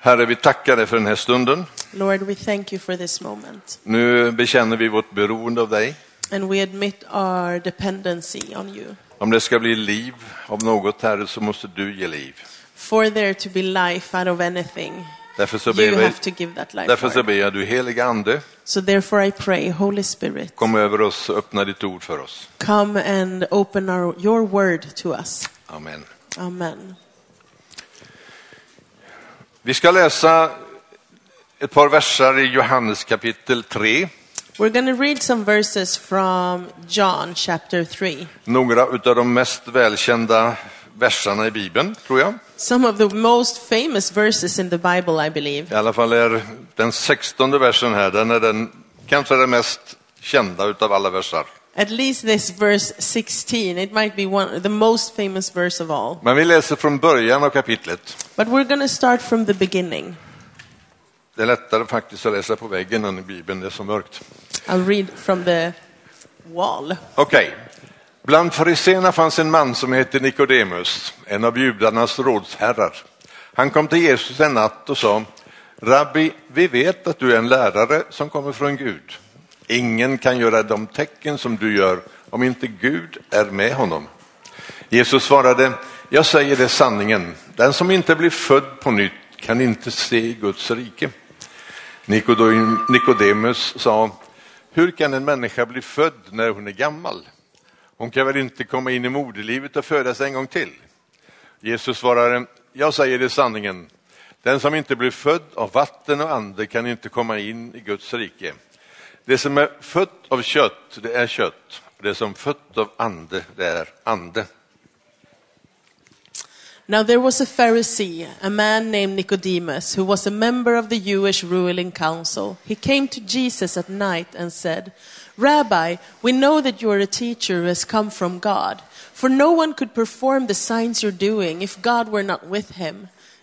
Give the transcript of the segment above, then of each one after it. Herre, vi tackar dig för den här stunden. Lord, we thank you for this moment. Nu bekänner vi vårt beroende av dig. And we admit our dependency on you. Om det ska bli liv av något, Herre, så måste du ge liv. For there to be life out of anything, Därför så ber, you vi, have to give that life. därför så Lord. ber jag du, helige Ande, So therefore I pray, Holy Spirit, kom över oss och öppna ditt ord för oss. come and open our, your word to us. Amen. Amen. Vi ska läsa ett par versar i Johannes kapitel 3. We're going to read some verses from John chapter 3. Några av de mest välkända versarna i Bibeln, tror jag. Some of the most famous verses in the Bible, I I believe. alla fall är den sextonde versen här, den är den kanske den mest kända utav alla versar. At least this verse 16, it might be one the most famous verse of all. Men vi läser från början av kapitlet. But we're going to start from the beginning. Det är lättare faktiskt att läsa på väggen än i Bibeln, det är så mörkt. I'll read from the wall. Okej. Bland fariséerna fanns en man som hette Nikodemus, en av judarnas rådsherrar. Han kom till Jesus en natt och sa, Rabbi, vi vet att du är en lärare som kommer från Gud. Ingen kan göra de tecken som du gör om inte Gud är med honom. Jesus svarade, jag säger det sanningen, den som inte blir född på nytt kan inte se Guds rike. Nikodem- Nikodemus sa, hur kan en människa bli född när hon är gammal? Hon kan väl inte komma in i moderlivet och födas en gång till? Jesus svarade, jag säger det sanningen. Den som inte blir född av vatten och ande kan inte komma in i Guds rike. Det som är fött av kött, det är kött. Det som fött av ande, det är ande. Now there was a Pharisee, a man named Nicodemus, who was a member of the Jewish ruling council. He came to Jesus at night and said, Rabbi, we know that you are a teacher who has come from God, for no one could perform the signs you're doing if God were not with him.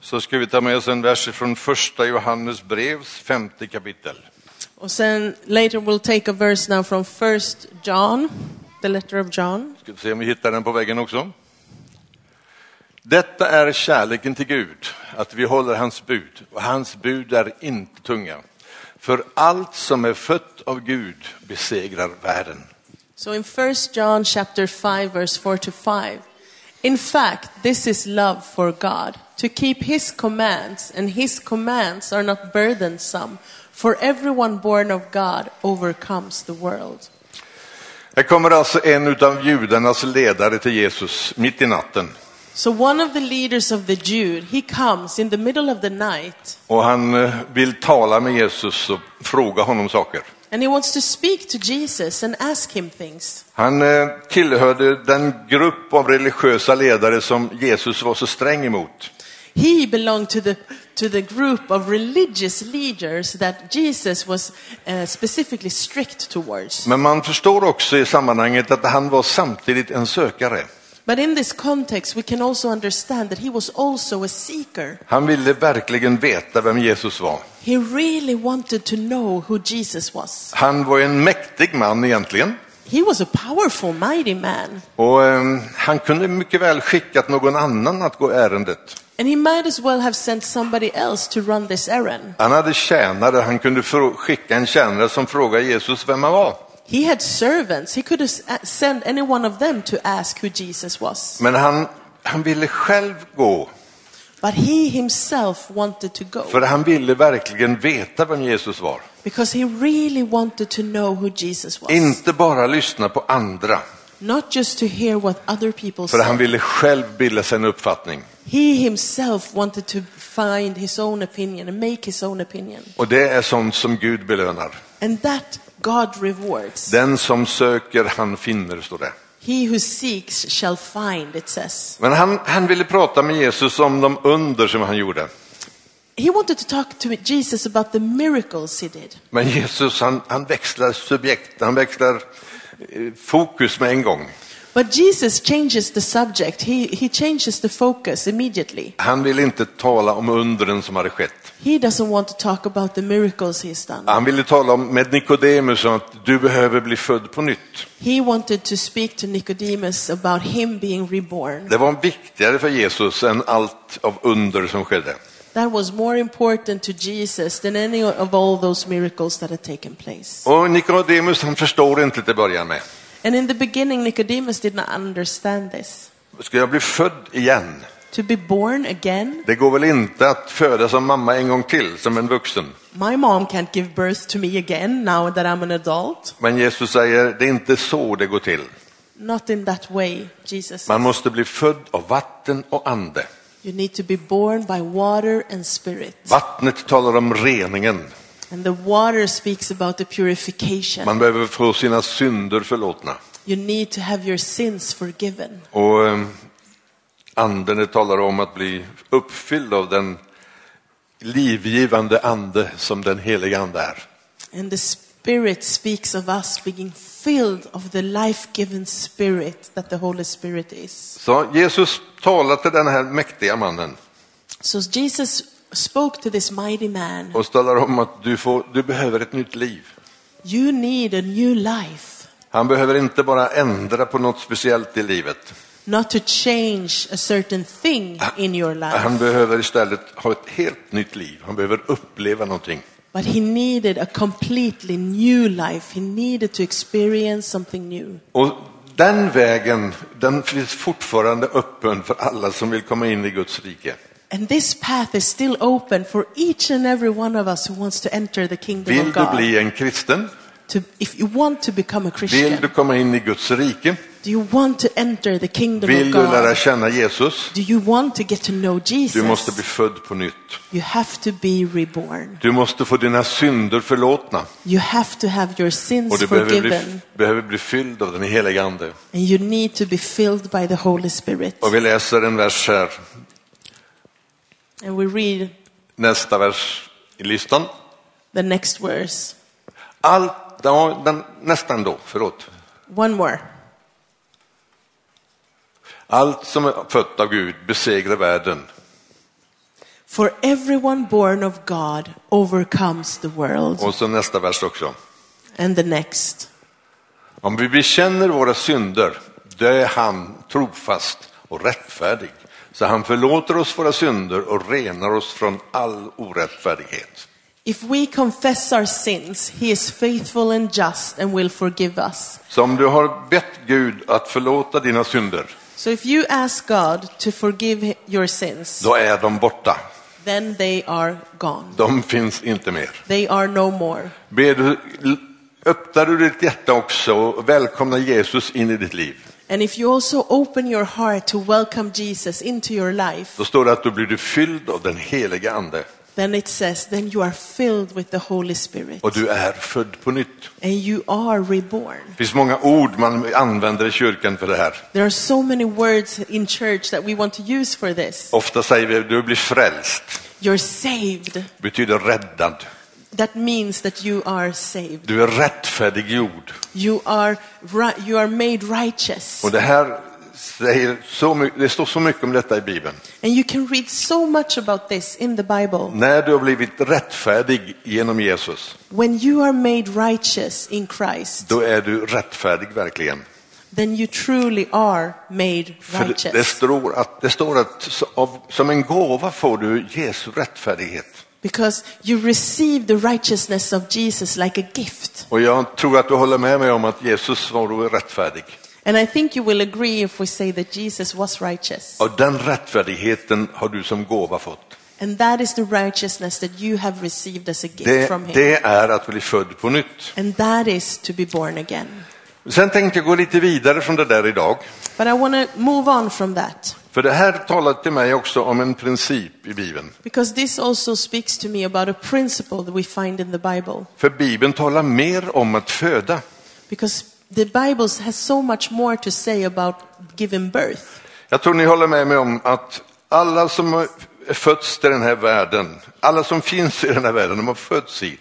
Så ska vi ta med oss en vers från första Johannes brevs femte kapitel. Och sen later we'll take a verse now from first John, the letter of John. Ska vi se om vi hittar den på väggen också. Detta är kärleken till Gud, att vi håller hans bud, och hans bud är inte tunga. För allt som är fött av Gud besegrar världen. So in 1 John chapter 5 verse 4 to 5. In fact, this is love for God, to keep his commands, and his commands are not burdensome, for everyone born of God overcomes the world. Här kommer alltså en av judarnas ledare till Jesus mitt i natten. So one of the leaders of the Jude, he comes in the middle of the night Och han eh, vill tala med Jesus och fråga honom saker. and he wants to speak to Jesus and ask him things. Han eh, tillhörde den grupp av religiösa ledare som Jesus var så sträng emot. He belonged to the, to the group of religious leaders that Jesus was uh, specifically strict towards. Men man förstår också i sammanhanget att han var samtidigt en sökare. But in this context, we can also understand that he was also a seeker. Han ville verkligen veta vem Jesus var. He really wanted to know who Jesus was. Han var en mäktig man egentligen. He was a powerful, mighty man, Och eh, han kunde mycket väl skickat någon annan att gå ärendet. and he might as well have sent somebody else to run this errand. Han hade tjänare, han kunde frå- skicka en tjänare som frågade Jesus vem han var. He had servants, he could have s- sent any one of them to ask who Jesus was. Men han, han ville själv gå, But he himself wanted to go. för han ville verkligen veta vem Jesus var. Because he really wanted to know who Jesus was. Inte bara lyssna på andra, Not just to hear what other people för han said. ville själv bilda sig en uppfattning. He himself wanted to find his own opinion and make his own opinion. Och det är sånt som Gud belönar. And that God rewards. Den som söker, han finner, står det. He who seeks shall find, it says. Men han, han ville prata med Jesus om de under som han gjorde. He wanted to talk to Jesus about the miracles he did. Men Jesus han, han växlar subjekt, han växlar eh, fokus med en gång. But Jesus changes the subject. He, he changes the focus immediately. Han vill inte tala om undren som hade skett. He doesn't want to talk about the miracles he's done. Han ville tala om, med Nikodemus om att du behöver bli född på nytt. He wanted to speak to Nicodemus about him being reborn. Det var viktigare för Jesus än allt av under som skedde. That was more important to Jesus than any of all those miracles that had taken place. Och Nikodemus han förstår inte till att börja med. And in the beginning, Nicodemus did not understand this. Ska jag bli född igen? To be born again? Det går väl inte att födas som mamma en gång till, som en vuxen? My mom can't give birth to me again now that I'm an adult. Men Jesus säger, det är inte så det går till. Not in that way, Jesus. Man måste bli född av vatten och ande. You need to be born by water and spirit. Vattnet talar om reningen. And the water speaks about the purification. Man behöver få sina synder förlåtna. You need to have your sins forgiven. Och eh, anden det talar om att bli uppfylld av den livgivande ande som den heliga ande är. And the Spirit speaks of us being filled of the life-given Spirit that the Holy Spirit is. Så Jesus talar till den här mäktiga mannen So Jesus spoke to this mighty man, och talar om att du, får, du behöver ett nytt liv. you need a new life, Han behöver inte bara ändra på något speciellt i livet. not to change a certain thing in your Han life, behöver istället ha ett helt nytt liv. Han behöver uppleva någonting. but he needed a completely new life. He needed to experience something new. Och den vägen, den finns fortfarande öppen för alla som vill komma in i Guds rike. And this path is still open for each and every one of us who wants to enter the kingdom Vill of du God. bli en kristen? To, if you want to become a Vill du Christian, komma in i Guds rike? do you want to enter the kingdom Vill of du lära God? känna Jesus? Do you want to get to know Du måste bli Jesus? född på nytt. You have to be reborn. Du måste få dina synder förlåtna You have to have your sins och du behöver bli, forgiven. behöver bli fylld av den helige Ande. And you need to be filled by the Holy Spirit. Och vi läser en vers här, And we read nästa vers i listan. the next verse. Allt, ja, den, nästan då, förlåt. One more. Allt som är fött av Gud besegrar världen. For everyone born of God overcomes the world. Och så nästa vers också. And the next. Om vi bekänner våra synder, då är han trofast och rättfärdig. Så han förlåter oss våra synder och renar oss från all orättfärdighet. If we confess our sins, he is faithful and just and will forgive us. Så om du har bett Gud att förlåta dina synder, So if you ask God to forgive your sins, då är de borta. then they are gone. De finns inte mer. They are no more. Ber du, öppnar du ditt hjärta också och välkomnar Jesus in i ditt liv, And if you also open your heart to welcome Jesus into your life, då står det att du blir du fylld av den heliga Ande then it says, then you are filled with the Holy Spirit och du är född på nytt. and you are reborn. Det finns många ord man använder i kyrkan för det här. There are so many words in church that we want to use for this. Ofta säger vi du blir frälst, You're saved. betyder räddad. That means that you are saved. Du är rättfärdiggjord. You are, ri- you are made righteous. Och det här säger så mycket, det står så mycket om detta i Bibeln. And you can read so much about this in the Bible. När du har blivit rättfärdig genom Jesus, When you are made righteous in Christ, då är du rättfärdig verkligen. then you truly are made För det, det righteous. står att, det står att så- av, som en gåva får du Jesu rättfärdighet. Because you receive the righteousness of Jesus like a gift. Och jag tror att du håller med mig om att Jesus var då rättfärdig. And I think you will agree if we say that Jesus was righteous. Och den rättfärdigheten har du som gåva fått. And that is the righteousness that you have received as a gift Det, from Him. det är att bli född på nytt. And that is to be born again. Sen tänkte jag gå lite vidare från det där idag. But I want to move on from that. För det här talar till mig också om en princip i Bibeln. Because this also speaks to me about a principle that we find in the Bible. För Bibeln talar mer om att föda. Because the Bible has so much more to say about giving birth. Jag tror ni håller med mig om att alla som fötts till den här världen. Alla som finns i den här världen, de har fötts hit.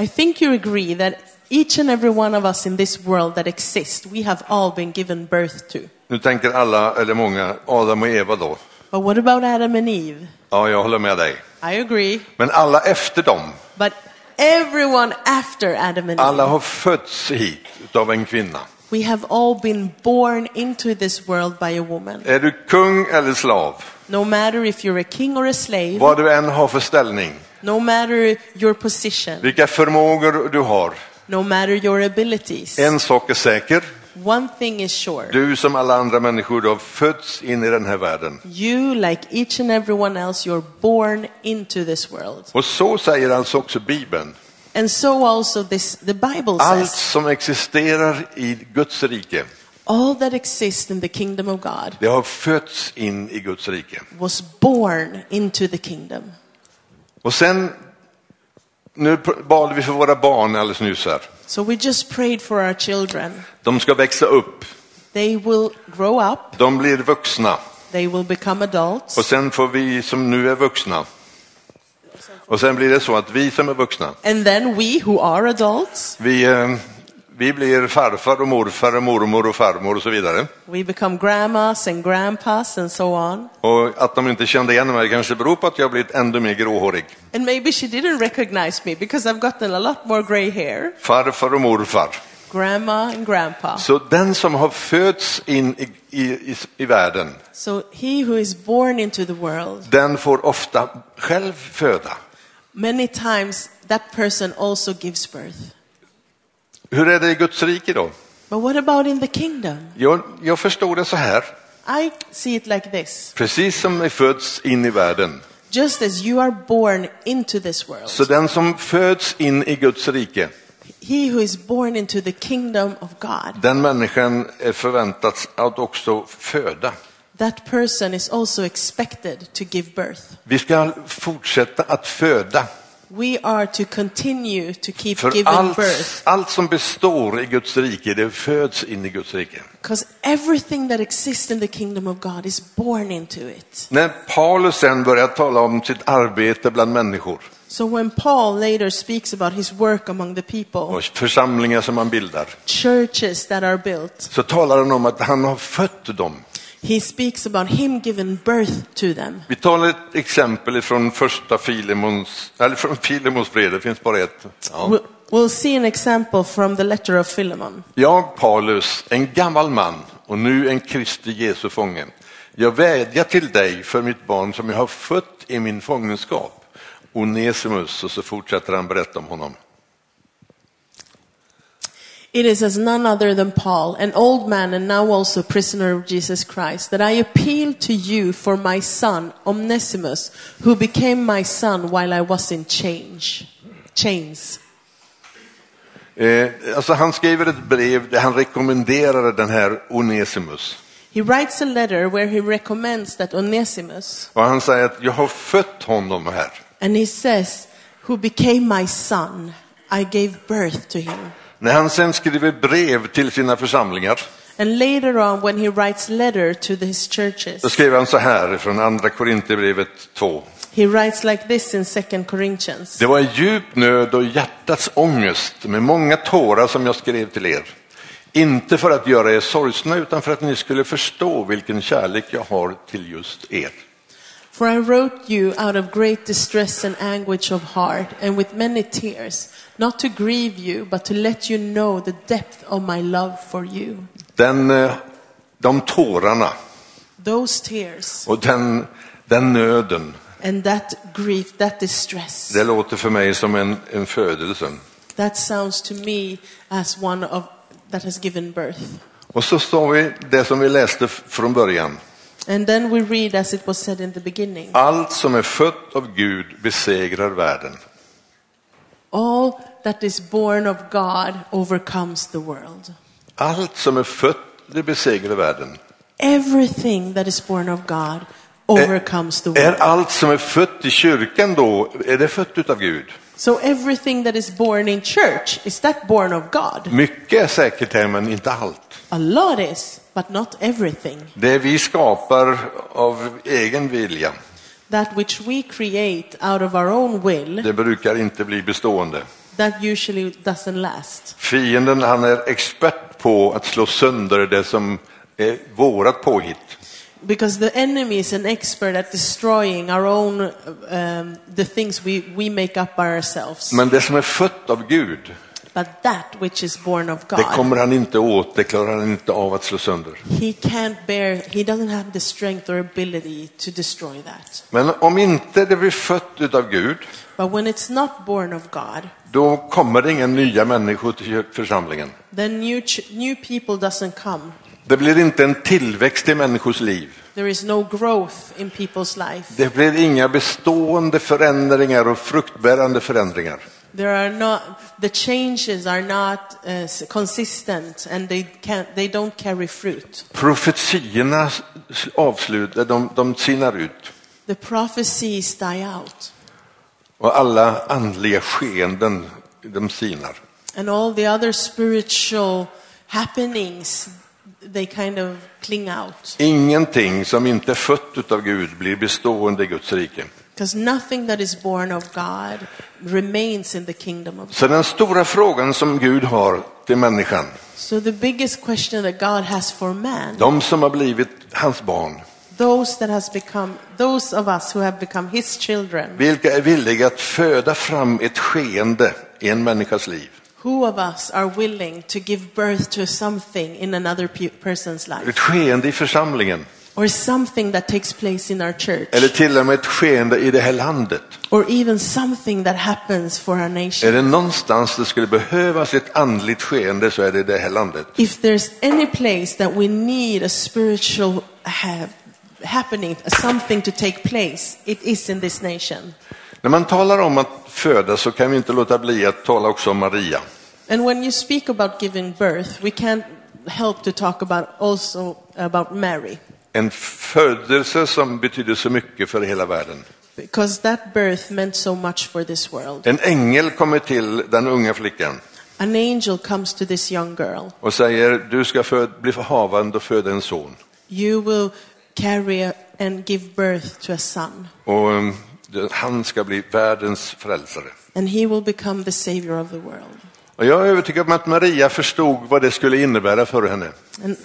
I think you agree that each and every one of us in this world that exists, we have all been given birth to. Nu tänker alla, eller många, Adam och Eva då. But what about Adam and Eve? Ja, jag håller med dig. I agree. Men alla efter dem, But everyone after Adam and alla Eve, har fötts hit av en kvinna. we have all been born into this world by a woman. Är du kung eller slav, No matter if you're a king or a slave, vad du än har för ställning, no matter your position, vilka förmågor du har. no matter your abilities, En sak är säker, one thing is sure. du som alla andra människor du har fötts in i den här världen. You, like each and everyone else, you're born into this world. Och så säger alltså också Bibeln. And so also this, the Bible Allt says, som existerar i Guds rike, all that exists in the kingdom of God det har fötts in i Guds rike. was born into the kingdom. Och sen, nu pr- bad vi för våra barn alldeles nyss här. So we just prayed for our children. De ska växa upp, They will grow up, de blir vuxna they will become adults, och sen får vi som nu är vuxna. Och sen blir det så att vi som är vuxna, and then we who are adults, vi, eh, vi blir farfar och morfar och mormor och farmor och så vidare. we become grandmas and grandpas and so on. Och att de inte kände igen mig kanske beror på att jag har blivit ännu mer gråhårig. And maybe she didn't recognize me because I've gotten a lot more gray hair. Farfar och morfar. Grandma and grandpa. Så den som har fötts in i, i, i, i världen, So he who is born into the world, den får ofta själv föda. many times that person also gives birth. Hur är det i Guds rike då? But what about in the kingdom? Jag, jag förstår det så här, I see it like this. precis som vi föds in i världen. Just as you are born into this world, Så den som föds in i Guds rike, he who is born into the kingdom of God, den människan är förväntats att också föda. that person is also expected to give birth. Vi ska fortsätta att föda. We are to continue to keep För giving birth allt, allt som består i Guds rike, det föds in i Guds rike. because everything that exists in the kingdom of God is born into it. När Paulus sen börjar tala om sitt arbete bland människor So when Paul later speaks about his work among the people, och församlingar som han bildar, churches that are built, så talar han om att han har fött dem. he speaks about him giving birth to them. Vi tar ett exempel från första Filemons, eller från Filemons brev, det finns bara ett. Ja. We'll- We'll see an example from the letter of Philemon. Jag, Paulus, en gammal man och nu en Kristi Jesu fånge. Jag vädjar till dig för mitt barn som jag har fött i min fångenskap. Onesimus, och så fortsätter han berätta om honom. It is as none other than Paul, an old man and now also prisoner of Jesus Christ, that I appeal to you for my son, Omnesimus, who became my son while I was in change. chains. Eh, alltså han skriver ett brev där han rekommenderar den här Onesimus. He writes a letter where he recommends that Onesimus, Och han säger att jag har fött honom här. and he says, who became my son, I gave birth to him. När han sen skriver brev till sina församlingar, And later on, when he writes letter to his då churches, skriver han så här från andra Korinthierbrevet 2. he writes like this in 2 Corinthians. Det var i djup nöd och hjärtats ångest med många tårar som jag skrev till er. Inte för att göra er sorgsna utan för att ni skulle förstå vilken kärlek jag har till just er. For I wrote you out of great distress and anguish of heart, and with many tears, not to grieve you, but to let you know the depth of my love for you. Den, eh, de tårarna Those tears och den, den nöden, and that grief, that distress, det låter för mig som en, en födelse. that sounds to me as one of that has given birth. Och så står vi det som vi läste f- från början. And then we read, as it was said in the beginning, Allt som är fött av Gud besegrar världen. all that is born of God overcomes the world. Allt som är fött, det besegrar världen. Everything that is born of God overcomes the Är world. allt som är fött i kyrkan då, är det fött utav Gud? So everything that is born in church, is that born of God? Mycket är säkert här, men inte allt. A lot is, but not everything. Det vi skapar av egen vilja, That which we create out of our own will, Det brukar inte bli bestående. that usually doesn't last. Fienden han är expert på att slå sönder det som är vårat påhitt. Because the enemy is an expert at destroying our own, um, the things we, we make up by ourselves. Men det som är fött av Gud, But that which is born of det God, kommer han inte åt, det klarar han inte av att slå sönder. he can't bear, he doesn't have the strength or ability to destroy that. Men om inte det blir fött utav Gud, But when it's not born of God, då kommer det inga nya människor till församlingen. then new, ch- new people doesn't come. Det blir inte en tillväxt i människors liv. There is no growth in people's life. Det blir inga bestående förändringar och fruktbärande förändringar. There are not, the changes are not uh, s- consistent and they, can't, they don't carry fruit. Profetierna avslut, de, de sinar ut. The prophecies die out Och alla andliga skeenden, de sinar. and all the other spiritual happenings, they kind of cling out. Ingenting som inte är fött utav Gud blir bestående i Guds rike. Because nothing that is born of God remains in the kingdom of God. Så den stora frågan som Gud har till människan, So the biggest question that God has for man, de som har blivit hans barn, those that has become, those of us who have become his children, vilka är villiga att föda fram ett skeende i en människas liv? who of us are willing to give birth to something in another pe- person's life? Ett skeende i församlingen, Or something that takes place in our church? eller till och med ett skeende i det här landet. Or even something that happens for our Är nation? det någonstans det skulle behövas ett andligt skeende så är det i det här landet. If there's any place that we need a spiritual ha- happening, something to take place, it is in this nation. När man talar om att föda så kan vi inte låta bli att tala också om Maria. And when you speak about giving birth, we can't help to talk about also about Mary, En födelse som betyder så mycket för hela världen. because that birth meant so much for this world. En ängel kommer till den unga flickan An angel comes to this young girl. och säger du ska föd- bli havande och föda en son. You will carry a, and give birth to a son, Och eh, han ska bli världens frälsare. and he will become the savior of the world. Och jag är övertygad om att Maria förstod vad det skulle innebära för henne. And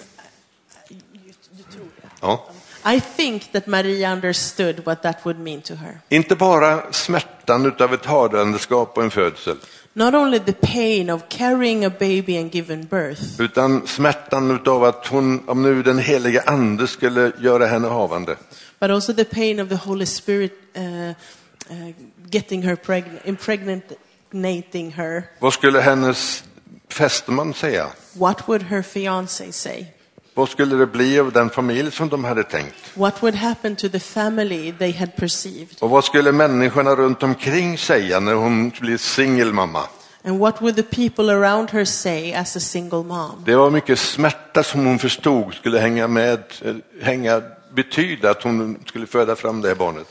Ja. I think that Maria understood what that would mean to her. Inte bara smärtan utav ett havandeskap och en födsel, Not only the pain of carrying a baby and giving birth, utan smärtan utav att hon, om nu den heliga ande skulle göra henne havande. but also the pain of the Holy Spirit uh, uh, getting her pregnant, impregnating her. Vad skulle hennes fästman säga? What would her fiance say? Vad skulle det bli av den familj som de hade tänkt? What would happen to the family they had perceived? Och vad skulle människorna runt omkring säga när hon blir singelmamma? And what would the people around her say as a single mom? Det var mycket smärta som hon förstod skulle hänga med, eh, hänga, betyda att hon skulle föda fram det här barnet.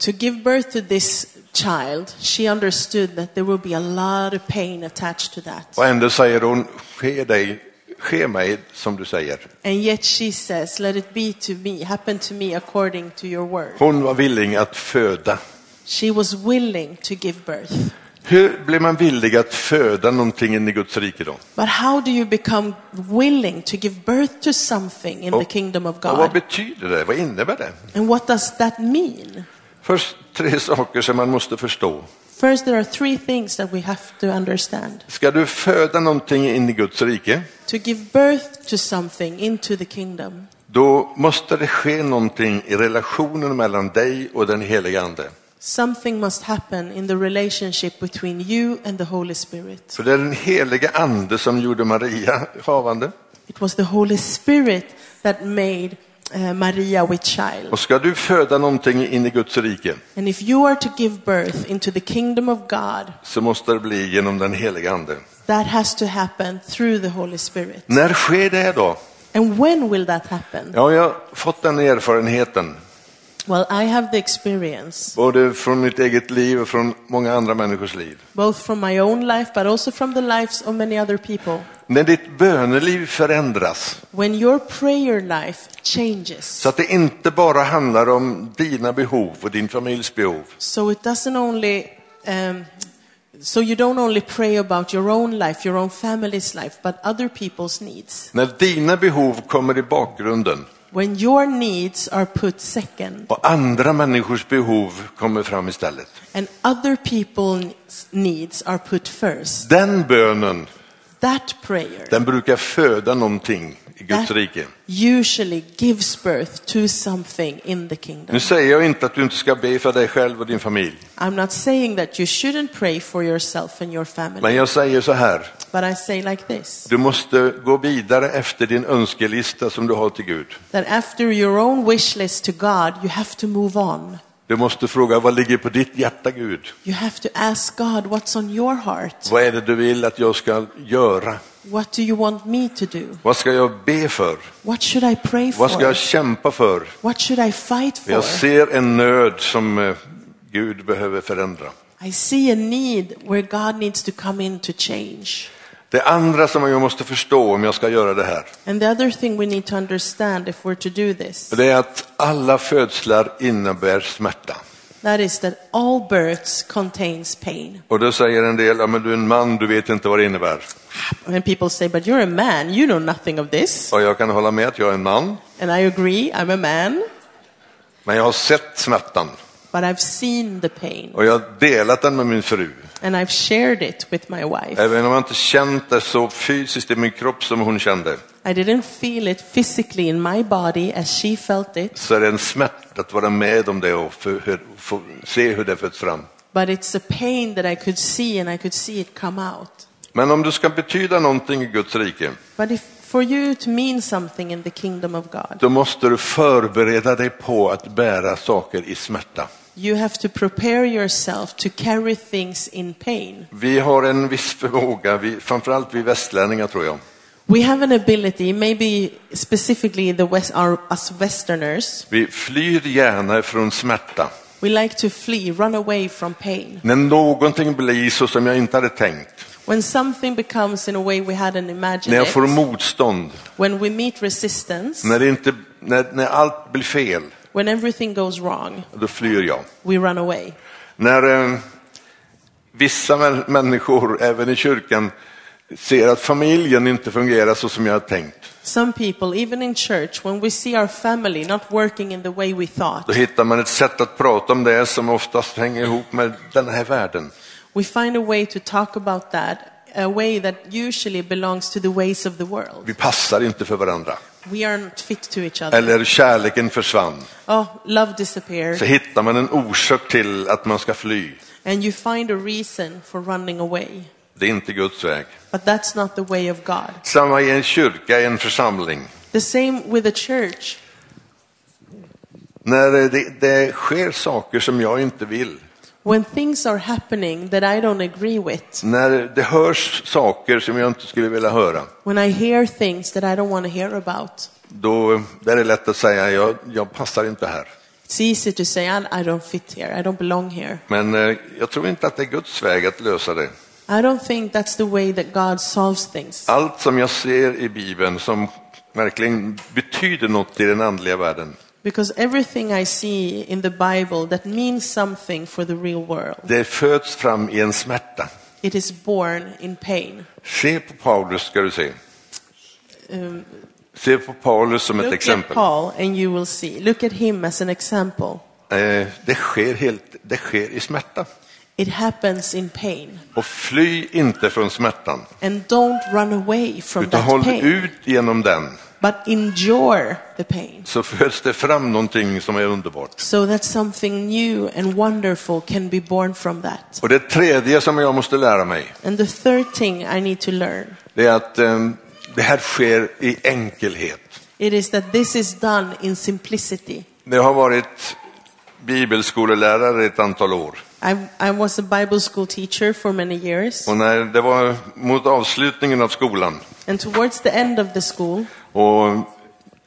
To give birth to this child, she understood that there would be a lot of pain attached to that. Och ändå säger hon, ske dig, ske mig som du säger. And yet she says, Let it be to me, happen to me according to your word. Hon var villig att föda. She was willing to give birth. Hur blir man villig att föda någonting in i Guds rikedom? But how do you become willing to give birth to something in the kingdom of Och vad God? betyder det? Vad innebär det? And what does that mean? Först tre saker som man måste förstå. First, there are three things that we have to understand. Ska du föda någonting in i Guds rike, To give birth to something into the kingdom, då måste det ske någonting i relationen mellan dig och den heliga Ande. something must happen in the relationship between you and the Holy Spirit. För det är den heliga Ande som gjorde Maria havande. It was the Holy Spirit that made uh, Maria with child. Och ska du föda någonting in i Guds rike, And if you are to give birth into the kingdom of God, så måste det bli genom den heliga Ande. that has to happen through the Holy Spirit. När sker det då? And when will that happen? Ja, jag har fått den erfarenheten, Well, I have the experience, både från mitt eget liv och från många andra människors liv. both from my own life, but also from the lives of many other people. när ditt böneliv förändras when your prayer life changes. så att det inte bara handlar om dina behov och din familjs behov So it doesn't only, um, so you don't only pray about your own life, your own family's life, but other people's needs. När dina behov kommer i bakgrunden When your needs are put second och andra människors behov kommer fram istället. and other people's needs are put first, Den bönen, that prayer den brukar föda någonting i Guds rike. that usually gives birth to something in the Nu kingdom. säger jag inte att du inte ska be för dig själv och din familj, I'm not saying that you shouldn't pray for yourself and your men family, jag säger så här, but I say like this du måste gå vidare efter din önskelista som du har till Gud. that after your own wish list to God, you have to move on. Du måste fråga, vad ligger på ditt hjärta Gud? You have to ask God what's on your heart. Vad är det du vill att jag ska göra? What do you want me to do? Vad ska jag be för? What should I pray for? Vad ska jag kämpa för? What should I fight for? Jag ser en nöd som eh, Gud behöver förändra. I see a need where God needs to come in to change. Det andra som jag måste förstå om jag ska göra det här, And the other thing we need to understand if we're to do this, det är att alla födslar innebär smärta. that is that all births contains pain. Och då säger en del, ja men du är en man, du vet inte vad det innebär. And people say, but you're a man, you know nothing of this. Och jag kan hålla med att jag är en man, And I agree, I'm a man, men jag har sett smärtan but I've seen the pain och jag har delat den med min fru. and I've shared it with my wife. Även om jag inte känt det så fysiskt i min kropp som hon kände, I didn't feel it physically in my body as she felt it, så är det en smärta att vara med om det och få, få se hur det föds fram. but it's a pain that I could see and I could see it come out. Men om du ska betyda någonting i Guds rike, But if for you to mean something in the kingdom of God, då måste du förbereda dig på att bära saker i smärta. you have to prepare yourself to carry things in pain. Vi har en viss förmåga, vi, framförallt vi västlänningar tror jag. We have an ability, maybe specifically the West, our, us Westerners, Vi flyr gärna från smärta. we like to flee, run away from pain. När någonting blir så som jag inte hade tänkt, When something becomes in a way we hadn't imagined när jag får it, motstånd, when we meet resistance, när, det inte, när, när allt blir fel, when everything goes wrong, då flyr jag. we run away. När eh, vissa män- människor, även i kyrkan, ser att familjen inte fungerar så som jag hade tänkt, Some people, even in church, when we see our family not working in the way Då we thought, hittar man ett sätt att prata om det som oftast hänger ihop med den här världen. we find a way to talk about that, a way that usually belongs to the ways of the world. Vi passar inte för varandra. We aren't fit to each other. Eller kärleken försvann. Oh, love Så disappeared. hittar man en orsak till att man ska fly. And you find a reason for running away. Det är inte Guds väg. But that's not the way of God. Samma i en kyrka, i en församling. The same with the church. När eh, det, det sker saker som jag inte vill. When things are happening that I don't agree with, När det hörs saker som jag inte skulle vilja höra. when I hear things that I don't want to hear about, Då där är det lätt att säga, jag, jag passar inte här. it's easy to say, I I don't fit here, I don't belong here. Men eh, jag tror inte att det är Guds väg att lösa det. I don't think that's the way that God solves things. Allt som jag ser i Bibeln som verkligen betyder något i den andliga världen, Because everything I see in the Bible that means something for the real world, det föds fram i en smärta. it is born in pain. Se på Paulus ska du se. Um, Se på Paulus som ett look at exempel. Paul and you will see. Look at him as an example. Eh, Det sker, helt, det sker i smärta. It happens in pain. Och fly inte från smärtan, And don't run away from utan that håll pain, ut genom den, but endure the pain så föds det fram någonting som är underbart. so that something new and wonderful can be born from that. Och det tredje som jag måste lära mig, And the third thing I need to learn det är att eh, det här sker i enkelhet. it is that this is done in simplicity. Det har varit bibelskolelärare ett antal år. I, I was a Bible school teacher for many years, Och när det var mot avslutningen av skolan and towards the end of the school, och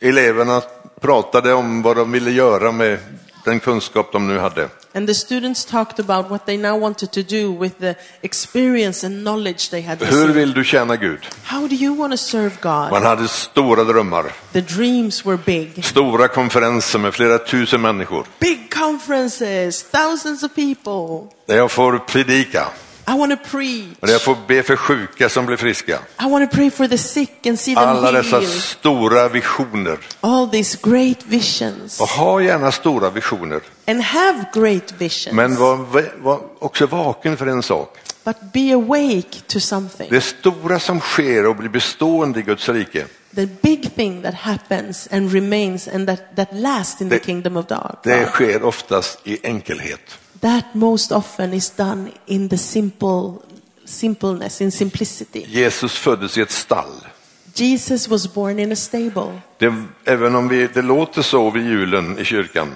eleverna pratade om vad de ville göra med den kunskap de nu hade. And the students talked about what they now wanted to do with the experience and knowledge they had Hur received. vill du tjäna Gud? How do you want to serve God? Man hade stora drömmar, The dreams were big. stora konferenser med flera tusen människor. Big conferences, thousands of people. Där jag får predika, I want to preach. och där jag får be för sjuka som blir friska. I want to pray for the sick and see them Alla dessa healed. stora visioner. All these great visions. Och ha gärna stora visioner, And have great visions. men var, var också vaken för en sak. But be awake to something. Det stora som sker och blir bestående i Guds rike, The big thing that happens and remains and that, that lasts in the Det- kingdom of God. det sker oftast i enkelhet. That most often is done in the simple simpleness, in simplicity. Jesus föddes i ett stall. Jesus was born in a stable. Det, även om vi, det låter så vid julen i kyrkan,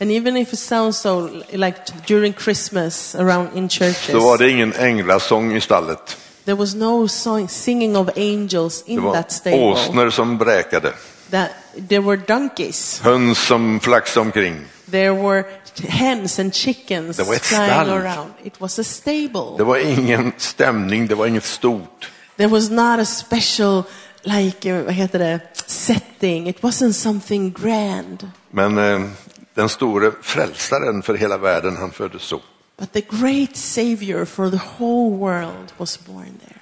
And even if it sounds so like during Christmas around in churches, så var det ingen änglasång i stallet. there was no song, singing of angels Det in var that stable. åsnor som bräkade, That there were donkeys, höns som flaxade omkring. there were hens and chickens Det var ett flying stall. around. It was a stable. Det var ingen stämning, det var inget stort. There was not a special like eh, vad heter det, setting. It wasn't something grand. Men eh, den store frälsaren för hela världen, han föddes så. But the great savior for the whole world was born there.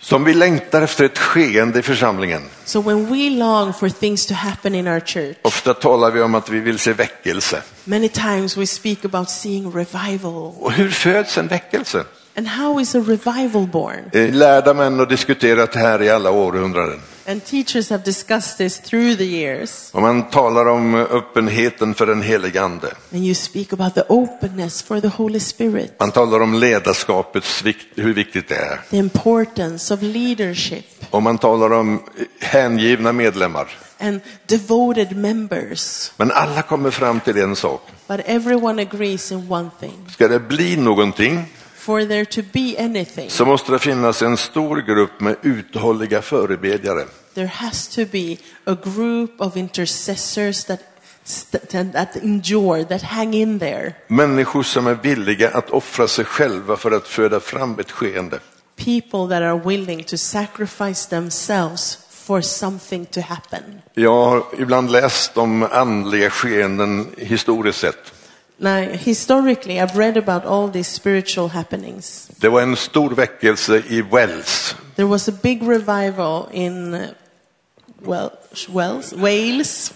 Som vi längtar efter ett skeende i församlingen. So when we long for things to happen in our church, Ofta talar vi om att vi vill se väckelse. many times we speak about seeing revival. Och hur föds en väckelse? And how is a revival born? Eh, Lärda män har diskuterat det här i alla århundraden. And teachers have discussed this through the years. Och man talar om eh, öppenheten för den helige ande. And you speak about the openness for the Holy Spirit, Man talar om ledarskapets vikt, hur viktigt det är. the importance of leadership Och man talar om eh, hängivna medlemmar. and devoted members. Men alla kommer fram till en sak. But everyone agrees in one thing. Ska det bli någonting For there to be anything, så måste det finnas en stor grupp med uthålliga förebedjare. there has to be a group of intercessors that, st- that endure, that hang in there. Människor som är villiga att offra sig själva för att föda fram ett skeende. People that are willing to sacrifice themselves for something to happen. Jag har ibland läst om andliga skeenden historiskt sett. Now, historically, I've read about all these spiritual happenings. Det var en stor väckelse i Wells. There was a big revival in uh, Welsh, Wales, Wales.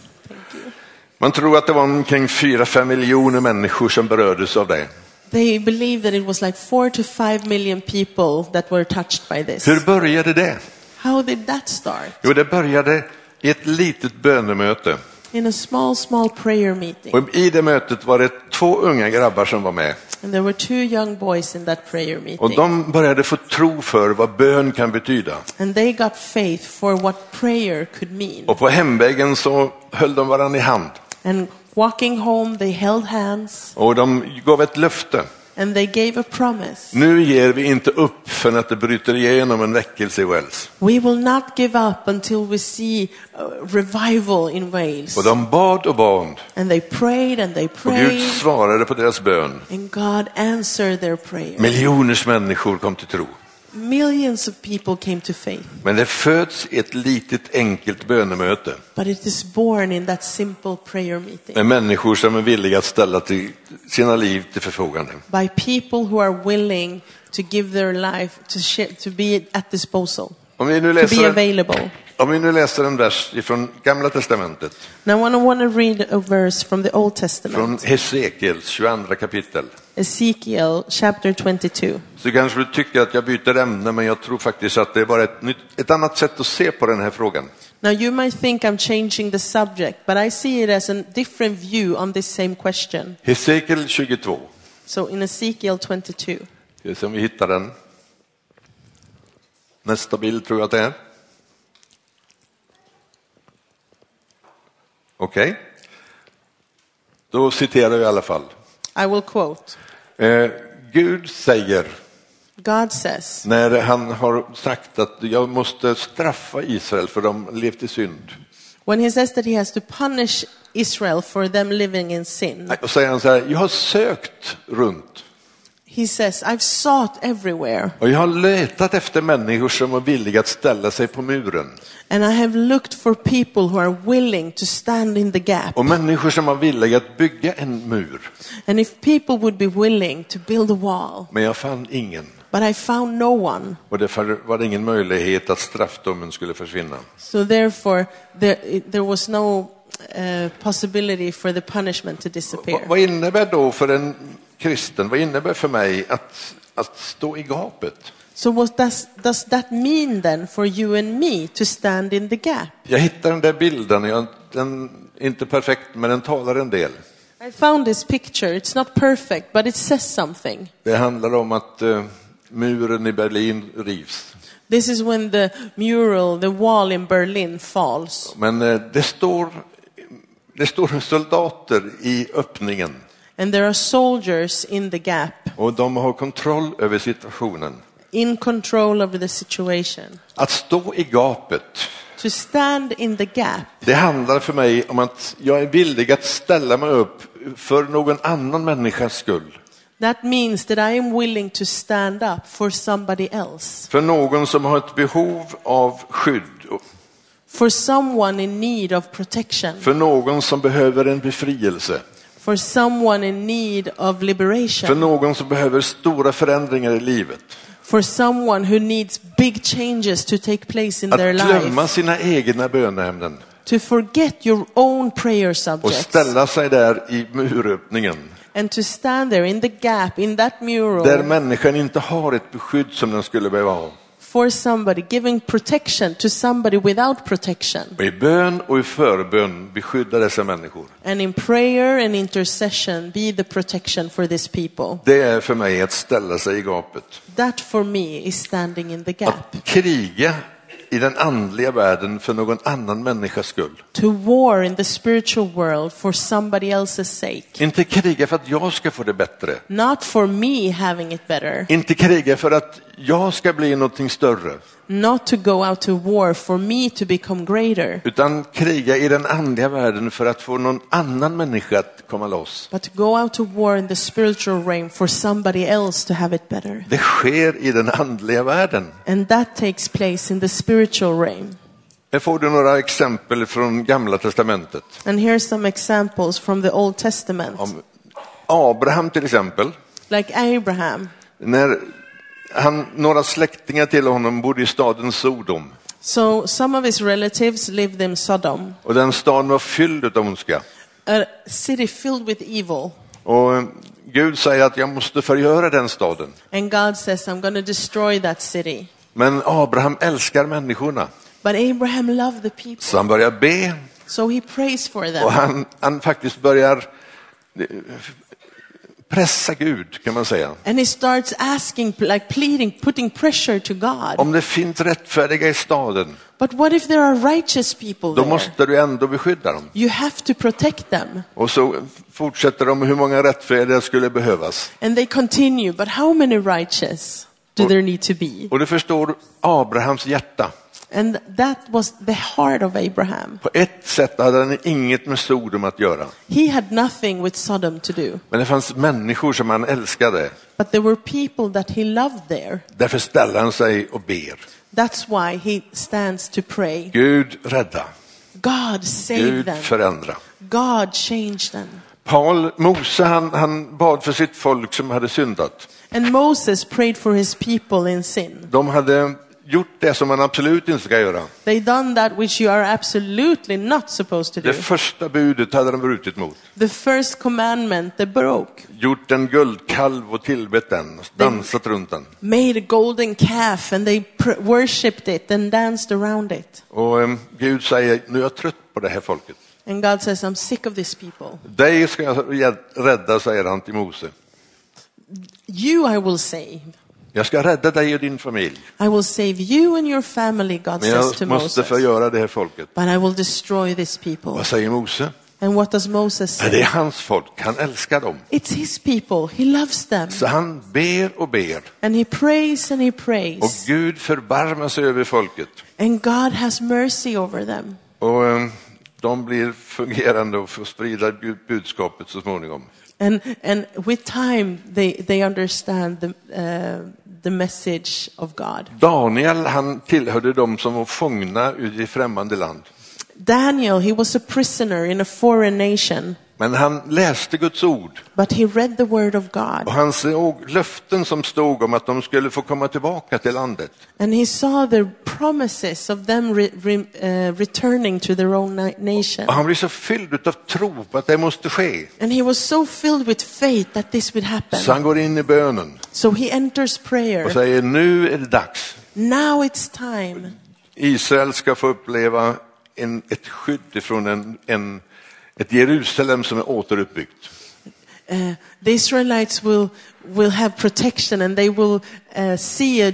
Man tror att det var omkring 4-5 miljoner människor som berördes av det. They believe that it was like four to five million people that were touched by this. Hur började det? How did that start? Jo, det började i ett litet bönemöte. In a small, small prayer meeting. Och I det mötet var det två unga grabbar som var med. And there were two young boys in that prayer Och meeting. de började få tro för vad bön kan betyda. And they got faith for what prayer could mean. Och på hemvägen så höll de varandra i hand. And walking home, they held hands Och de gav ett löfte. and they gave a promise. Nu ger vi inte upp förrän att det bryter igenom en väckelse i Wales. We will not give up until we see uh, revival in Wales. Och de bad och bad. And they prayed and they Och Gud prayed. svarade på deras bön. And God answered their prayer. Miljoners människor kom till tro. Millions of people came to faith. Men det föds i ett litet enkelt bönemöte But it is born in that simple prayer meeting. med människor som är villiga att ställa till sina liv till förfogande. by people who are willing to give their life to, sh- to be at disposal, Om vi, nu to be läser en, available. om vi nu läser en vers ifrån Gamla Testamentet, Now, I want to, want to read a verse from the Old Testament, från Hesekiels 22 kapitel, Ezekiel chapter 22. så kanske du tycker att jag byter ämne, men jag tror faktiskt att det är bara ett, nytt, ett annat sätt att se på den här frågan. Now, you might think I'm changing the subject, but I see it as a different view on this same question. Hesekiel 22, So, in Ezekiel 22, ska vi se om vi hittar den. Nästa bild tror jag att det är. Okej. Då citerar jag i alla fall. I will quote Eh, Gud säger, God says, när han har sagt att jag måste straffa Israel för de har levt i synd. When he says that he has to punish Israel for them living in sin, Och säger han så här, jag har sökt runt he says, I've sought everywhere och jag har letat efter människor som var villiga att ställa sig på muren. and I have looked for people who are willing to stand in the gap. Och människor som var villiga att bygga en mur. And if people would be willing to build a wall, Men jag fann ingen. but I found no one. Och därför var det ingen möjlighet att straffdomen skulle försvinna. So therefore, there, it- there was no uh, possibility for the punishment to Vad, disappear. vad innebär då för en kristen, vad innebär för mig att, att stå i gapet? So what does, does that mean then for you and me to stand in the gap? Jag hittar den där bilden, jag, den är inte perfekt men den talar en del. I found this picture. It's not perfect, but it says something. Det handlar om att eh, muren i Berlin rivs. This is when the mural, the wall in Berlin falls. Men eh, det står, det står soldater i öppningen And there are soldiers in the gap, och de har kontroll över situationen. in control over the situation. Att stå i gapet, To stand in the gap det handlar för mig om att jag är villig att ställa mig upp för någon annan människas skull. That means that I am willing to stand up for somebody else, För någon som har ett behov av skydd, for someone in need of protection, för någon som behöver en befrielse, for someone in need of för liberation, någon som behöver stora förändringar i livet. for someone who needs big changes to take place in Att their glömma life, sina egna bönämnen to forget your own prayer och subjects, ställa sig där i muröppningen, and to stand there in the gap, in that där mural, människan inte har ett beskydd som den skulle behöva ha. for somebody, giving protection to somebody without protection. Och i bön och i förbön beskydda dessa människor. And in prayer and intercession, be the protection for these people. Det är för mig att ställa sig i gapet. That for me is standing in the gap. Att kriga i den andliga världen för någon annan människas skull. To war in the spiritual world for somebody else's sake. Inte kriga för att jag ska få det bättre. Not for me having it better. Inte kriga för att jag ska bli någonting större, Not to go out to war for me to become greater. utan kriga i den andliga världen för att få någon annan människa att komma loss. But to go out to war in the spiritual realm for somebody else to have it better. Det sker i den andliga världen. And that takes place in the spiritual realm. Här får du några exempel från Gamla Testamentet. And here's some examples from the Old Testament. Om Abraham till exempel, Like Abraham. när han, några släktingar till honom bodde i staden Sodom. So some of his relatives lived in Sodom, Och den staden var fylld av ondska. a city filled with evil. Och eh, Gud säger att jag måste förgöra den staden. And God says, I'm going to destroy that city. Men Abraham älskar människorna. But Abraham loved the people, Så han börjar be, so he prays for Och them. han, han faktiskt börjar eh, pressa Gud, kan man säga. And he starts asking, like pleading, putting pressure to God. Om det finns rättfärdiga i staden, But what if there are righteous people då there? måste du ändå beskydda dem. You have to protect them. Och så fortsätter de hur många rättfärdiga skulle behövas. And they continue, but how many righteous do there need to be? Och du förstår Abrahams hjärta. And that was the heart of Abraham. På ett sätt hade han inget med Sodom att göra. He had nothing with Sodom to do, Men det fanns människor som han älskade. but there were people that he loved there. Därför ställer han sig och ber. That's why he stands to pray. Gud rädda, God save Gud them. förändra. God changed them. Paul, Mose, han, han bad för sitt folk som hade syndat. And Moses prayed for his people in sin. De hade gjort det som man absolut inte ska göra. They done that which you are absolutely not supposed to Det do. första budet hade de brutit mot. The first commandment they broke. Gjort en guldkalv och tillbett den, och dansat runt den. Made a golden calf and they pr- worshipped it and danced around it. Och eh, Gud säger, nu är jag trött på det här folket. And God says, I'm sick of these people. Dig ska jag hjäl- rädda, säger han till Mose. You I will save. Jag ska rädda dig och din familj, I will save you and your family, God men says to jag måste Moses. förgöra det här folket. But I will destroy these people. Vad säger Mose? And what does Moses Nej, det är say? hans folk, han älskar dem. It's his people. He loves them. Så han ber och ber, And he prays and he och prays. Gud förbarmar sig över folket. And God has mercy over them. Och eh, de blir fungerande och får sprida bud- budskapet så småningom. And, and with time, they, they understand the, uh, the message of God. Daniel, han tillhörde de som var fångna i främmande land. Daniel, he was a prisoner in a foreign nation, Men han läste Guds ord but he read the word of och God. han såg löften som stod om att de skulle få komma tillbaka till landet. And he saw the promises of them re, re, uh, returning to their own na- nation. Och han blev så fylld av tro på att det måste ske. And he was so filled with faith that this would Så happen. han går in i bönen So he enters och prayer. säger nu är det dags. Now it's time. Israel ska få uppleva en, ett skydd från en, en, ett Jerusalem som är återuppbyggt. Uh, the Israelites will, will have protection and they will uh, see a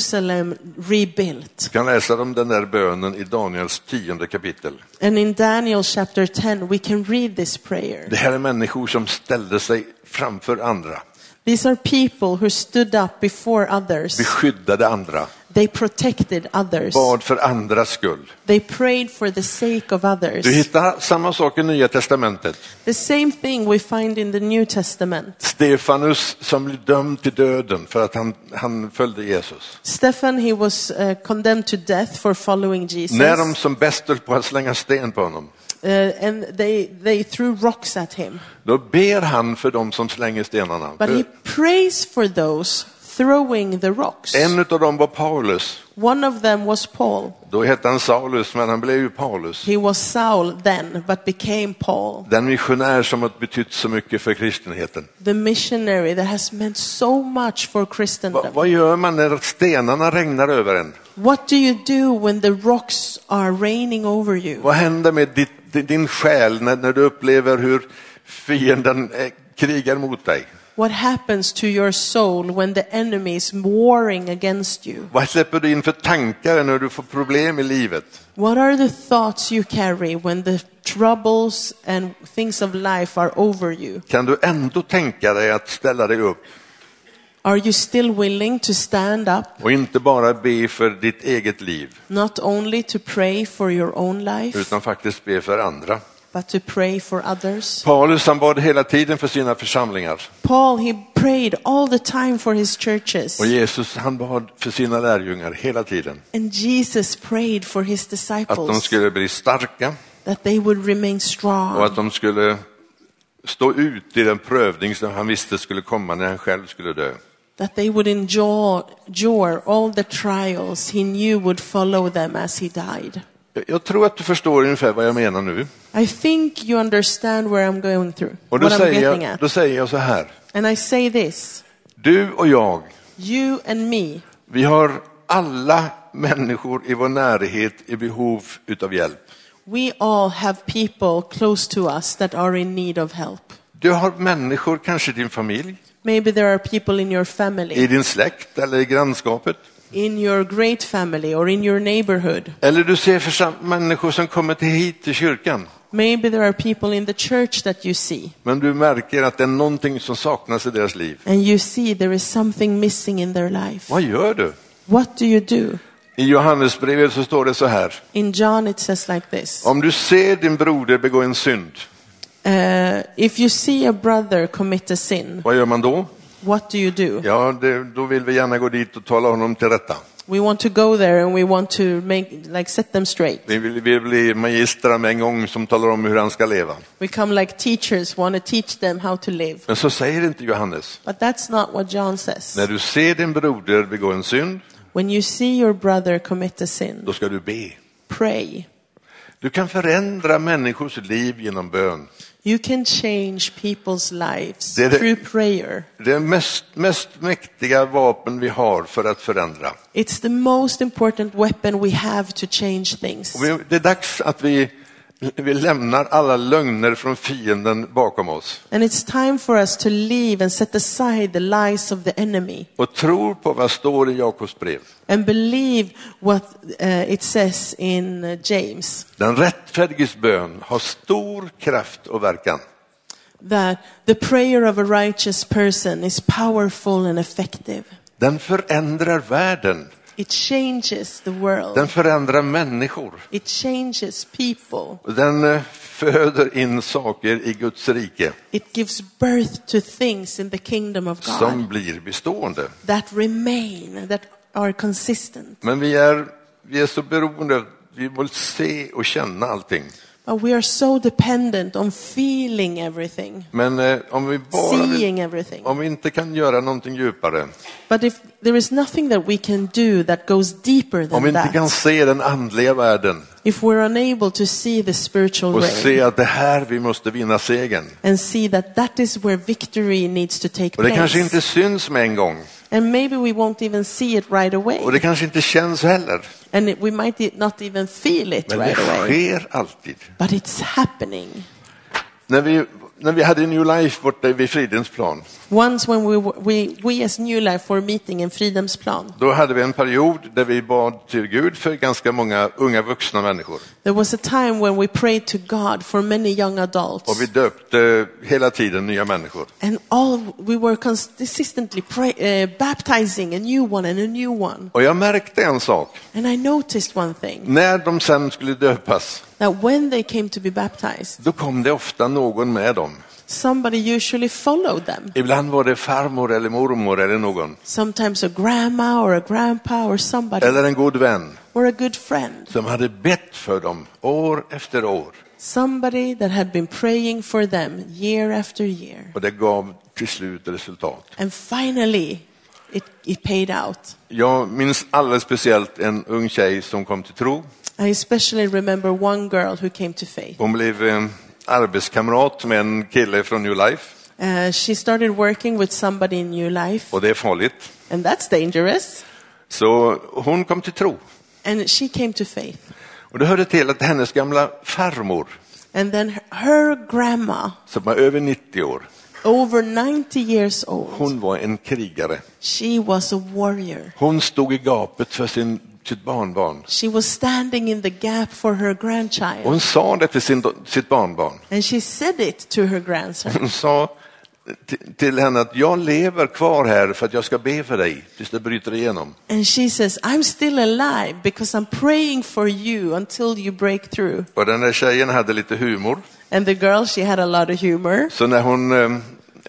Jerusalem rebuilt. Vi kan läsa om den där bönen i Daniels tionde kapitel. And in Daniel chapter 10, we can read this prayer. Det här är människor som ställde sig framför andra, These are people who stood up before others. beskyddade andra, They protected others. bad för andras skull. They prayed for the sake of Du others. hittar samma sak i Nya Testamentet. The same thing we find in the New Testament. Stefanus som blev dömd till döden för att han, han följde Jesus. Stefan, he was uh, condemned to death for following Jesus. När de som bäst höll på att slänga sten på honom, Uh, and they, they threw rocks at him. då ber han för de som slänger stenarna. But he prays for those throwing the rocks. En av dem var Paulus. One of them was Paul. Då hette han Saulus, men han blev ju Paulus. He was Saul then, but became Paul. Den missionär som har betytt så mycket för kristenheten. The missionary that has meant so much for Va, Christendom. vad gör man när stenarna regnar över en? What do you do when the rocks are raining over you? Vad händer med ditt, din- din själ när, när du upplever hur fienden eh, krigar mot dig? What happens to your soul when the enemy is warring against you? Vad släpper du in för tankar när du får problem i livet? What are the thoughts you carry when the troubles and things of life are over you? Kan du ändå tänka dig att ställa dig upp Are you still willing to stand up, och inte bara be för ditt eget liv not only to pray for your own life, utan faktiskt be för andra? but to pray for others? Paulus han bad hela tiden för sina församlingar Paul, he prayed all the time for his churches, och Jesus han bad för sina lärjungar hela tiden. and Jesus prayed for his Att de disciples skulle bli starka that they would remain strong. och att de skulle stå ut i den prövning som han visste skulle komma när han själv skulle dö. that they would endure, endure all the trials he knew would follow them as he died. Jag- Jag tror att du förstår ungefär vad jag menar nu. I think you understand where I'm going through, Och what då I'm säger, getting jag, at. då säger jag så här. And I say this Du och jag, you and me, vi har alla människor i vår närhet i behov utav hjälp. we all have people close to us that are in need of help. Du har människor, kanske i din familj, Maybe there are people in your i family, din släkt eller i grannskapet. in your great family, or in your neighborhood. Eller du ser försam- människor som kommer till hit till kyrkan, Maybe there are people in the church that you see, men du märker att det är någonting som saknas i deras liv. and you see there is something missing in their life. Vad gör du? What do you do? I Johannesbrevet så står det så här. In John, it says like this. Om du ser din broder begå en synd, Uh, if you see a brother commit a sin, vad gör man då? what do you do? Ja, det, då vill vi gärna gå dit och tala honom till rätta. We want to go there and we want to make, like, set them straight. Vi vill, vi vill bli magistrar med en gång som talar om hur han ska leva. We come like teachers, want to teach them how to live. Men så säger inte Johannes. But that's not what John says. När du ser din broder begå en synd, When you see your brother commit a sin, då ska du be. pray. Du kan förändra människors liv genom bön. You can change people's lives Det är det- through prayer. Det är mest, mest mäktiga vapen vi har för att förändra. It's the most important weapon we have to change things. Och vi- Det är dags att vi, vi lämnar alla lögner från fienden bakom oss And it's time for us to leave and set aside the lies of the enemy. och tror på vad står i Jakobs brev. and believe what uh, it says in uh, James Den rättfärdiges bön har stor kraft och verkan. that the prayer of a righteous person is powerful and effective. Den förändrar världen. It changes the world. Den förändrar människor. It changes people. Den eh, föder in saker i Guds rike It gives birth to things in the kingdom of God som blir bestående. that remain, that are consistent. Men vi är, vi är så beroende, vi vill se och känna allting. But we are so dependent on feeling everything, Men eh, om vi bara vill, seeing everything. om vi inte kan göra någonting djupare, But if there is nothing that we can do that goes deeper om than vi inte kan that, se den andliga världen if we're unable to see the spiritual och se realm att det här vi måste vinna segern. and see that that is where victory needs to take Och det kanske inte place, syns med en gång and maybe we won't even see it right och away, det kanske inte känns heller. and it, we might e- not even feel it Men det right away, sker alltid. but it's happening. När vi, när vi hade New Life borta vid Fridhemsplan, Once when we, were- we, we as New Life were meeting in Fridhemsplan, då hade vi en period där vi bad till Gud för ganska många unga vuxna människor. there was a time when we prayed to God for many young Och adults. vi döpte hela tiden nya människor. And all we were consistently pray, uh, baptizing a new one and a new one. Och jag märkte en sak. And I noticed one thing När de sen skulle döpas, that when they came to be baptized, då kom det ofta någon med dem. somebody usually followed them. Ibland var det farmor eller mormor eller någon. Sometimes a grandma or a grandpa or somebody Eller en god vän or a good friend. som hade bett för dem år efter år. Somebody that had been praying for them year after year. Och det gav till slut resultat. And finally, it, it paid out. Jag minns alldeles speciellt en ung tjej som kom till tro. I especially remember one girl who came to faith. Hon blev eh, arbetskamrat med en kille från New Life. Uh, she started working with somebody in New Life, Och det är farligt. and that's dangerous. Så hon kom till tro. And she came to faith. Och det hörde till att hennes gamla farmor, And then her, her grandma, som var över 90 år, over 90 years old, hon var en krigare. she was a warrior. Hon stod i gapet för sin, sitt barnbarn. She was standing in the gap for her Och grandchild. hon sa det till sin, sitt barnbarn. And she said it to her grandson. Hon sa till- till henne att jag lever kvar här för att jag ska be för dig tills det bryter igenom. And she says, I'm still alive because I'm praying for you until you break through. Och den där tjejen hade lite humor. And the girl, she had a lot of humor. Så när hon eh,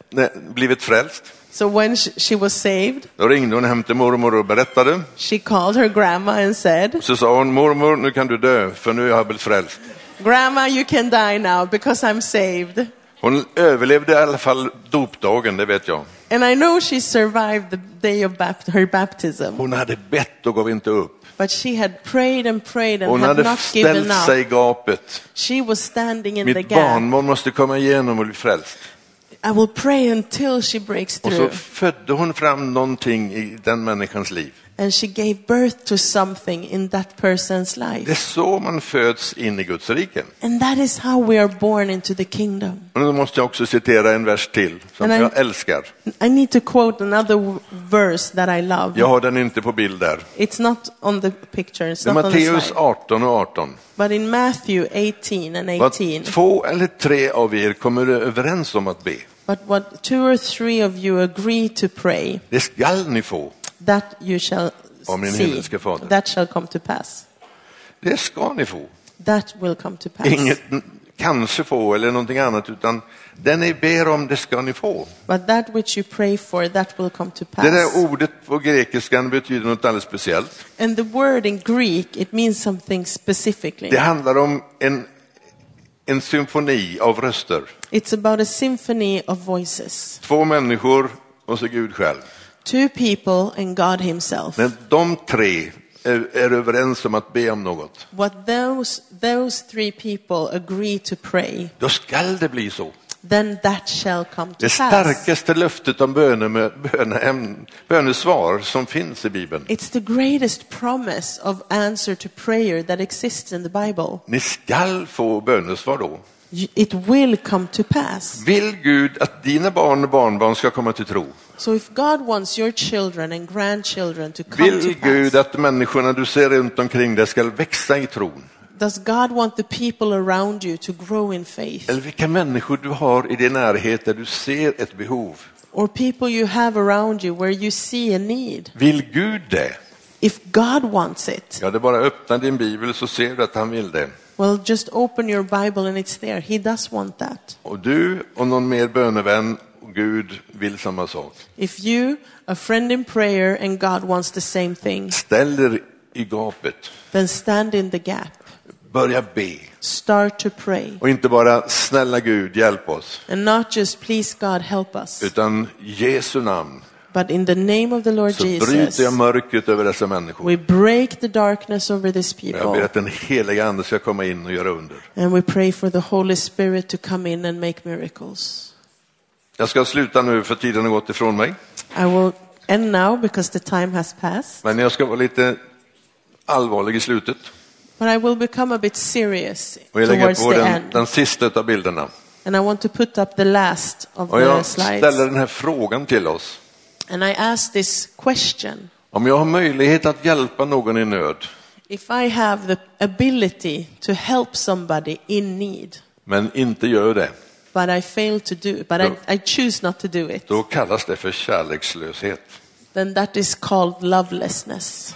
när, blivit frälst, So when she, she was saved, då ringde hon hem till mormor och berättade. she called her grandma and said, Så sa hon, mormor nu kan du dö för nu har jag blivit frälst. Grandma, you can die now because I'm saved. Hon överlevde i alla fall dopdagen, det vet jag. And I know she survived the day of bapt- her baptism, Hon hade bett och gav inte upp. but she had prayed and prayed and Hon had hade not given ställt up. sig i gapet. She was standing in the Mitt gap. barnbarn måste komma igenom och bli frälst. I will pray until she breaks Och så through. födde hon fram någonting i den människans liv. And she gave birth to something in that person's Det är life. så man föds in i Guds rike. And that is how we are born into the kingdom. Och nu måste jag också citera en vers till som Men- jag älskar. I need to quote another w- verse that I love. Jag har den inte på bild där. It's not on the picture, it's Det är not on the Matteus slide. 18 och 18. But in Matthew 18 and Vad 18. två eller tre av er kommer överens om att be. But what two or three of you agree to pray, Det skall ni få. that you shall Om din see. himmelske fader. That shall come to pass. Det ska ni få. That will come to pass. Inget n- kanske få eller någonting annat, utan det ni ber om, det ska ni få. But that which you pray for, that will come to pass. Det där ordet på grekiskan betyder något alldeles speciellt. and the word in Greek, it means something specifically. Det handlar om en, en symfoni av röster. It's about a symphony of voices. Två människor och så Gud själv. Two people and God Himself. När de tre är, är överens om att be om något, What those, those three people agree to pray, då skall det bli så. then that shall come to Det pass. starkaste löftet om böne, böne, bönesvar som finns i Bibeln. It's the greatest promise of answer to prayer that exists in the Bible. Ni skall få bönesvar då. You- It will come to pass. Vill Gud att dina barn och barnbarn ska komma till tro? So if God wants your children and grandchildren to come to Vill pass, Gud att människorna du ser runt omkring dig ska växa i tron? does God want the people around you to grow in faith? Eller vilka människor du har i din närhet där du ser ett behov? Or people you have around you where you see a need? Vill Gud det? if God wants it. Ja, det är bara att öppna din bibel så ser du att han vill det. Well, just open your Bible and it's there. He does want that. Och du och någon mer bönevän och Gud vill samma sak. If you, a friend in prayer, and God wants the same thing, Ställer i gapet. then stand in the gap. Börja be. Start to pray. Och inte bara snälla Gud hjälp oss. And not just, please God, help us, Utan Jesu namn but in the name of the Lord så bryter jag Jesus, mörkret över dessa människor. we break the darkness over these Jag ber people. att den heliga ande ska komma in och göra under. And we pray for the Holy Spirit to come in and make miracles. Jag ska sluta nu för tiden har gått ifrån mig. I will end now because the time has passed, Men jag ska vara lite allvarlig i slutet. but I will become a bit serious Och jag lägger towards på the den, end. den sista av bilderna. And I want to put up the last of Och the jag ställer slides. den här frågan till oss. And I ask this question. Om jag har möjlighet att hjälpa någon i nöd, If I have the ability to help somebody in need, men inte gör det, but I fail to do it, but I, Då- I choose not to do it, då kallas det för kärlekslöshet. then that is called lovelessness.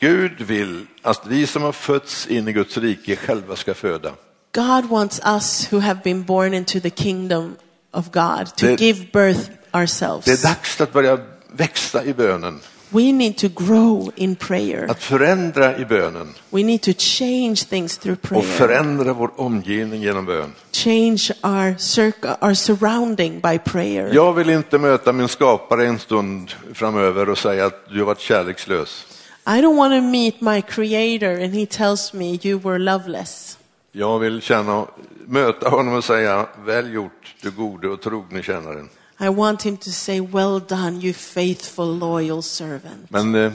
Gud vill att vi som har fötts in i Guds rike själva ska föda. God wants us who have been born into the kingdom of God to Det- give birth ourselves. Det är dags att börja växa i bönen, We need to grow in prayer. att förändra i bönen We need to change things through och prayer. förändra vår omgivning genom bön. Change our, circ- our surrounding by prayer. Jag vill inte möta min skapare en stund framöver och säga att du har varit kärlekslös. I don't want to meet my creator and he tells me you were loveless. Jag vill känna, möta honom och säga väl gjort du gode och trogne tjänaren. I want him to say, Well done, you faithful, loyal servant. Men eh,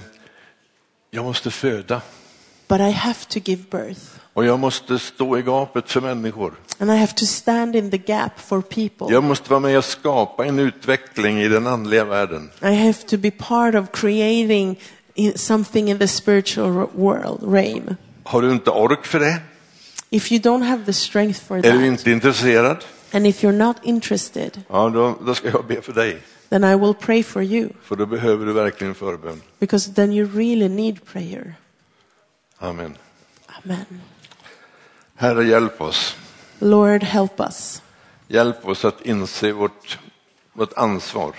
jag måste föda But I have to give birth och jag måste stå i gapet för människor. and I have to stand in the gap for people. Jag måste vara med och skapa en utveckling i den andliga världen. I have to be part of creating i- something in the spiritual r- world, realm. Har du inte ork för det? If you don't have the strength for Är du that, inte intresserad? and if you're not interested, Ja, då, då ska jag be för dig. then I will pray for you För då behöver du verkligen förbön. because then you really need prayer. Amen. Amen. Herre, hjälp oss. Lord, help us. Hjälp oss att inse vårt, vårt ansvar.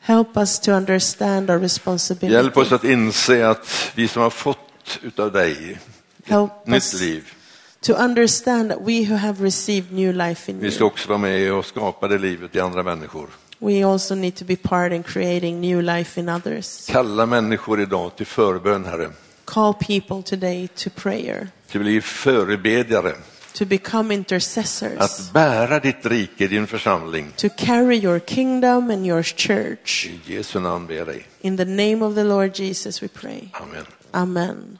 Help us to understand our responsibility. Hjälp oss att inse att vi som har fått utav dig Help nytt us liv, to understand that we who have received new life in vi ska you, också vara med och skapa det livet i andra människor. we also need to be part in creating new life in others. Kalla människor idag till förbön, Herre. Call people today to prayer, Till att bli förebedjare. to become intercessors, Att bära ditt rike, din församling. to carry your kingdom and your church. I Jesu namn ber jag dig. In the name of the Lord Jesus, we pray. Amen. Amen.